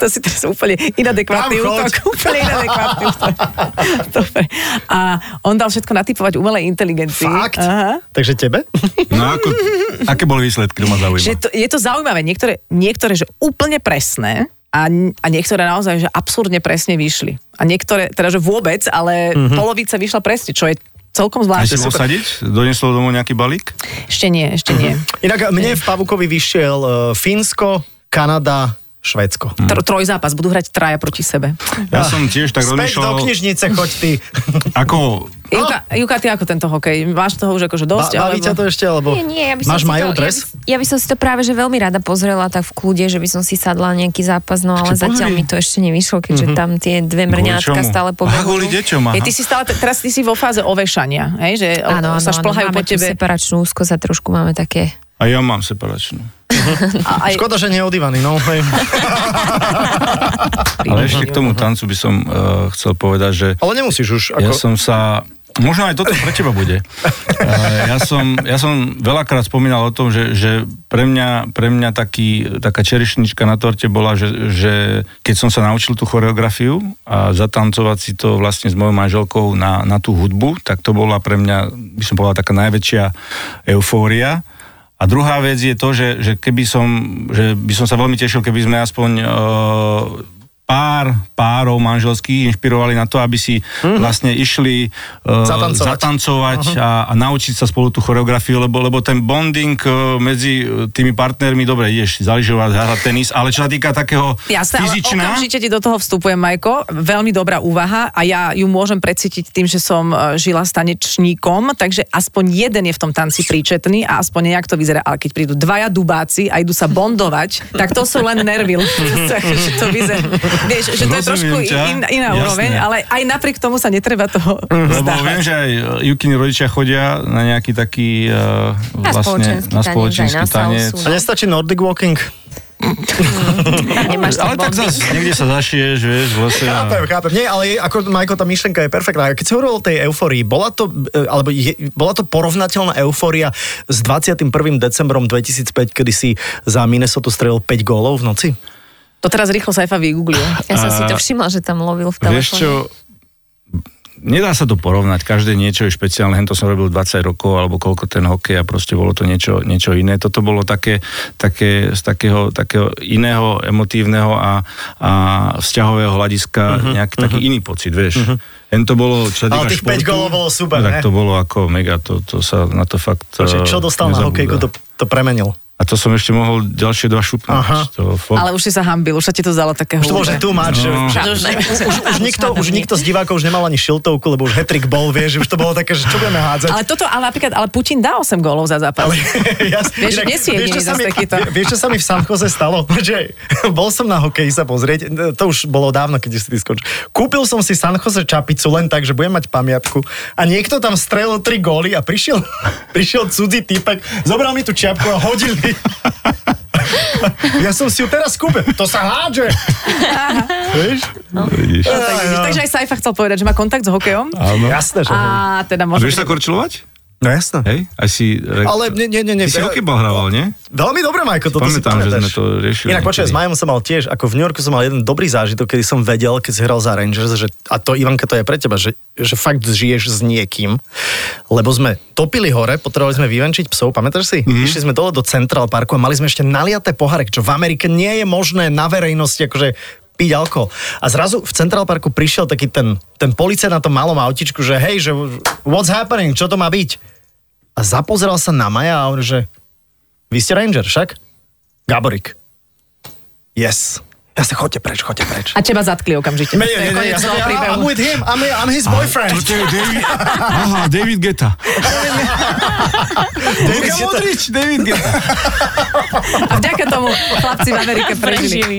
B: To si teraz úplne inadekvátny
C: Tam choď.
B: útok. Úplne inadekvátny
C: [laughs]
B: útok. Dobre. A on dal všetko natypovať umelej inteligencii.
C: Fakt?
B: Aha.
C: Takže
B: [laughs]
C: tebe?
E: No ako, aké boli výsledky, to ma zaujíma.
B: Že to, je to zaujímavé. Niektoré, niektoré že úplne presné a, a niektoré naozaj, že absurdne presne vyšli. A niektoré, teda že vôbec, ale
C: Mhm.
B: mm-hmm. polovica vyšla presne, čo je celkom
E: A
B: zvláštne.
E: si
B: Super.
E: osadiť? Donieslo domov nejaký balík?
B: Ešte nie, ešte nie.
C: Inak mne v Pavukovi vyšiel uh, Fínsko, Kanada, Švédsko.
B: Tr- trojzápas, budú hrať traja proti sebe.
E: Ja som tiež Hm.
C: Späť
E: tak
C: do
E: rozmýšľal,
C: knižnice, choď ty.
E: ako
B: Juka, Juka, ty ako tento hokej? Máš toho už akože
C: No.
B: [laughs]
C: Ba-
B: dosť?
C: baví ťa to ešte, alebo
D: Nie, nie, ja by som
C: máš
D: si
C: majov
D: to,
C: dres?
D: Ja by, ja by som si to práve že veľmi rada pozrela tak v kľude, že by som si sadla nejaký zápas, no ale
C: Ešte
D: zatiaľ
C: pozri.
D: mi to ešte nevyšlo, keďže tam tie dve mrňátka stále
E: Mhm. Aha, kvôli
D: pobehujú.
E: deťom, aha.
B: Je, ty si stále, te- teraz ty si vo fáze ovešania, hej? že o-
D: Áno, áno,
B: sa šplhajú
D: áno,
B: po
D: máme tú
B: tebe.
D: separačnú úzkosť a trošku máme také...
E: A ja mám separačnú.
B: A aj,
C: Škoda, že neodývaný, no.
D: [laughs]
C: hej.
E: Ale ešte k tomu tancu by som uh, chcel povedať, že
C: Ale nemusíš už. Ako...
E: ja som sa Možno aj toto pre teba bude. Eh, Ja som, ja som veľakrát spomínal o tom, že, že pre mňa, pre mňa taký, taká čerešnička na torte bola, že, že keď som sa naučil tú choreografiu a zatancovať si to vlastne s mojou manželkou na, na tú hudbu, tak to bola pre mňa, by som povedal, taká najväčšia eufória. A druhá vec je to, že, že keby som, že by som sa veľmi tešil, keby sme aspoň e, pár párov manželských inšpirovali na to, aby si mm-hmm. vlastne išli e,
C: Zatancovať.
E: zatancovať a, a naučiť sa spolu tú choreografiu, lebo, lebo ten bonding e, medzi e, tými partnermi, dobre, ideš zaližovať, hrať tenis, ale čo sa týka takého
B: Jasné, ale
E: fyzičná...
B: okamžite ti do toho vstupujem, Majko. Veľmi dobrá úvaha a ja ju môžem precítiť tým, že som e, žila s tanečníkom, takže aspoň jeden je v tom tanci príčetný a aspoň nejak to vyzerá. Ale keď prídu dvaja dubáci a idú sa
D: [laughs]
B: bondovať, tak to sú len nervy.
E: [laughs]
B: takže to vyzerá. Vieš, že to je
E: Rozumiem
B: trošku
E: ťa.
B: in, iná
E: Jasné.
B: úroveň, ale aj napriek tomu sa netreba toho
D: Mhm.
E: Lebo
B: vzdávať.
E: viem, že aj e, Jukiny rodičia chodia na nejaký taký uh, vlastne,
D: spoločenský tanec, aj na
C: A
D: salsu.
C: nestačí Nordic Walking?
D: Nemáš tam
E: Ale tak
D: bonding.
E: zase niekde sa zašieš, vieš, v lese. a-
C: Chápem, chápem. Nie, ale je, ako, Majko, tá myšlenka je perfektná. A Keď si hovoril o tej eufórii, bola to, e, alebo je, bola to porovnateľná eufória s 21. decembrom 2005, kedy si za Minnesota strelil 5 gólov v noci?
B: To teraz rýchlo Saifa vygooglil.
D: Ja som si to všimla, že tam lovil v telefóne.
E: Vieš čo, nedá sa to porovnať, každé niečo je špeciálne, hen to som robil 20 rokov, alebo koľko ten hokej a proste bolo to niečo, niečo iné. Toto bolo také, také z takého, takého iného, emotívneho a, a vzťahového hľadiska uh-huh, nejaký uh-huh. taký iný pocit, vieš. Uh-huh. Hen to bolo, čo
C: Mhm,
E: sa
C: Ale
E: týka
C: tých päť
E: športu,
C: gólov bolo super,
E: Tak
C: ne?
E: to bolo ako mega, to, to sa na to fakt
C: Že čo
E: eh,
C: dostal na
E: nezabúda.
C: hokejku, to, to premenil.
E: A to som ešte mohol ďalšie dva
C: Aha.
E: šupnúť. To, fakt-
B: Ale už si sa hambil, už sa ti to zdalo také
C: Už to bol, že tu máš,
E: No.
C: že
B: Už,
C: už, už, nikto, už nikto z divákov už nemal ani šiltovku, lebo už hetrik bol, vieš, už to bolo také, že čo budeme hádzať.
B: Ale toto, ale napríklad, ale Putin dá 8 gólov za zápas.
C: Ale, [laughs] ja,
B: Vieš, nie si jediný
C: čo sa
B: zas
C: mi-
B: takýto.
C: vie- [laughs] Vieš, čo sa mi v Sanchoze stalo? [laughs] Že bol som na hokeji sa pozrieť, to už bolo dávno, keď si ty skončil. Kúpil som si Sanchoze čapicu len tak, že budem mať pamiatku a niekto tam strelil tri góly a prišiel, [laughs] prišiel cudzí typek, zobral mi tú čiapku a hodil mi. [laughs] Ja som si ju teraz kúpil. To sa hádže.
E: [laughs]
C: Vieš?
E: Vidíš.
B: Tak, vidíš, takže aj Saifa chcel povedať, že má kontakt s hokejom.
E: Áno.
C: Jasné, že...
B: A teda
E: A
B: možno...
E: vieš sa korčilovať?
C: No jasné.
E: Hej? Aj si... re-
C: Ale nie, nie, nie. nie.
E: Ty si hokejbal hrával, nie?
C: Veľmi dobre, Majko, toto si
E: Pamätám,
C: pamätáš.
E: že sme to riešili
C: Inak počkaj,
E: niekedy.
C: s Majom som mal tiež, ako v New Yorku som mal jeden dobrý zážitok, kedy som vedel, keď si hral za Rangers, že, a to Ivanka, to je pre teba, že, že fakt žiješ s niekým, lebo sme topili hore, potrebovali sme vyvenčiť psov, pamätáš si?
E: Mhm.
C: Mm-hmm. Išli sme dole do Central Parku a mali sme ešte naliaté pohare, čo v Amerike nie je možné na verejnosti, akože piť alkohol. A zrazu v Central Parku prišiel taký ten, ten policajt na tom malom autičku, že hej, že what's happening, čo to má byť? A zapozeral sa na Maja a on, že vy ste Ranger, však? Gaborik. Yes. Ja sa chodte preč, chodte preč.
B: A teba zatkli okamžite. To
C: Nie,
B: je
C: nie, nie,
B: koniec
C: ja som,
B: toho
C: ja,
B: príbehu.
C: I'm with him, I'm, I'm his boyfriend.
E: To je David... Aha, David Geta. Luka Modrič, David Geta.
B: A vďaka tomu chlapci v
D: [laughs]
B: Amerike prežili.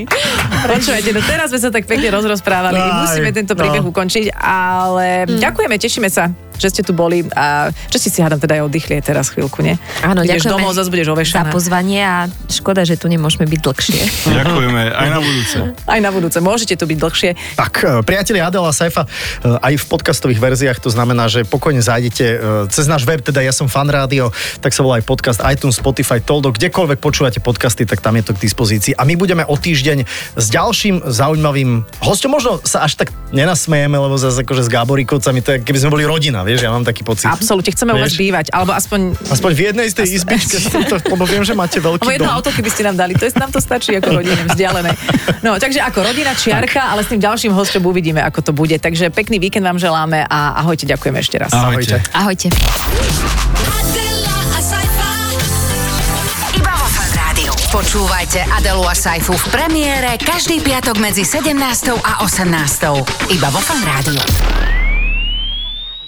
B: Počúvajte, no teraz sme sa tak pekne rozrozprávali.
C: Aj,
B: Musíme tento príbeh
C: no.
B: ukončiť, ale
D: Mm.
B: ďakujeme, tešíme sa, že ste tu boli a že ste si hádam teda aj oddychli aj teraz chvíľku, nie?
D: Áno,
B: Ideš
D: ďakujeme
B: domov, zase budeš
D: za
B: ovešaná.
D: pozvanie a škoda, že tu nemôžeme byť dlhšie.
E: Ďakujeme, aj na budúce.
B: Aj na budúce, môžete tu byť dlhšie.
C: Tak, e, priatelia Adela Saifa, e, aj v podcastových verziách, to znamená, že pokojne zájdete e, cez náš web, teda ja som fan rádio, tak sa volá aj podcast iTunes, Spotify, Toldo, kdekoľvek počúvate podcasty, tak tam je to k dispozícii. A my budeme o týždeň s ďalším zaujímavým hostom, možno sa až tak nenasmejeme, lebo zase akože s Gáborikovcami, to je, keby sme boli rodina, vieš, ja mám taký pocit.
B: Absolútne, chceme u vás
C: Vieš?
B: bývať, alebo aspoň...
C: Aspoň v jednej z tej izbičke, som to- lebo viem, že máte veľký
B: Alebo jedno
C: dom.
B: auto, keby ste nám dali, to je, nám to stačí ako rodine vzdialené. No, takže ako rodina čiarka, ale s tým ďalším hostom uvidíme, ako to bude. Takže pekný víkend vám želáme a ahojte, ďakujeme ešte raz.
C: Ahojte.
D: Ahojte.
F: Adela, a
G: Iba vo Fan Rádiu. Počúvajte Adelu a Saifu v premiére každý piatok medzi 17. a 18. Iba vo Fan Rádiu.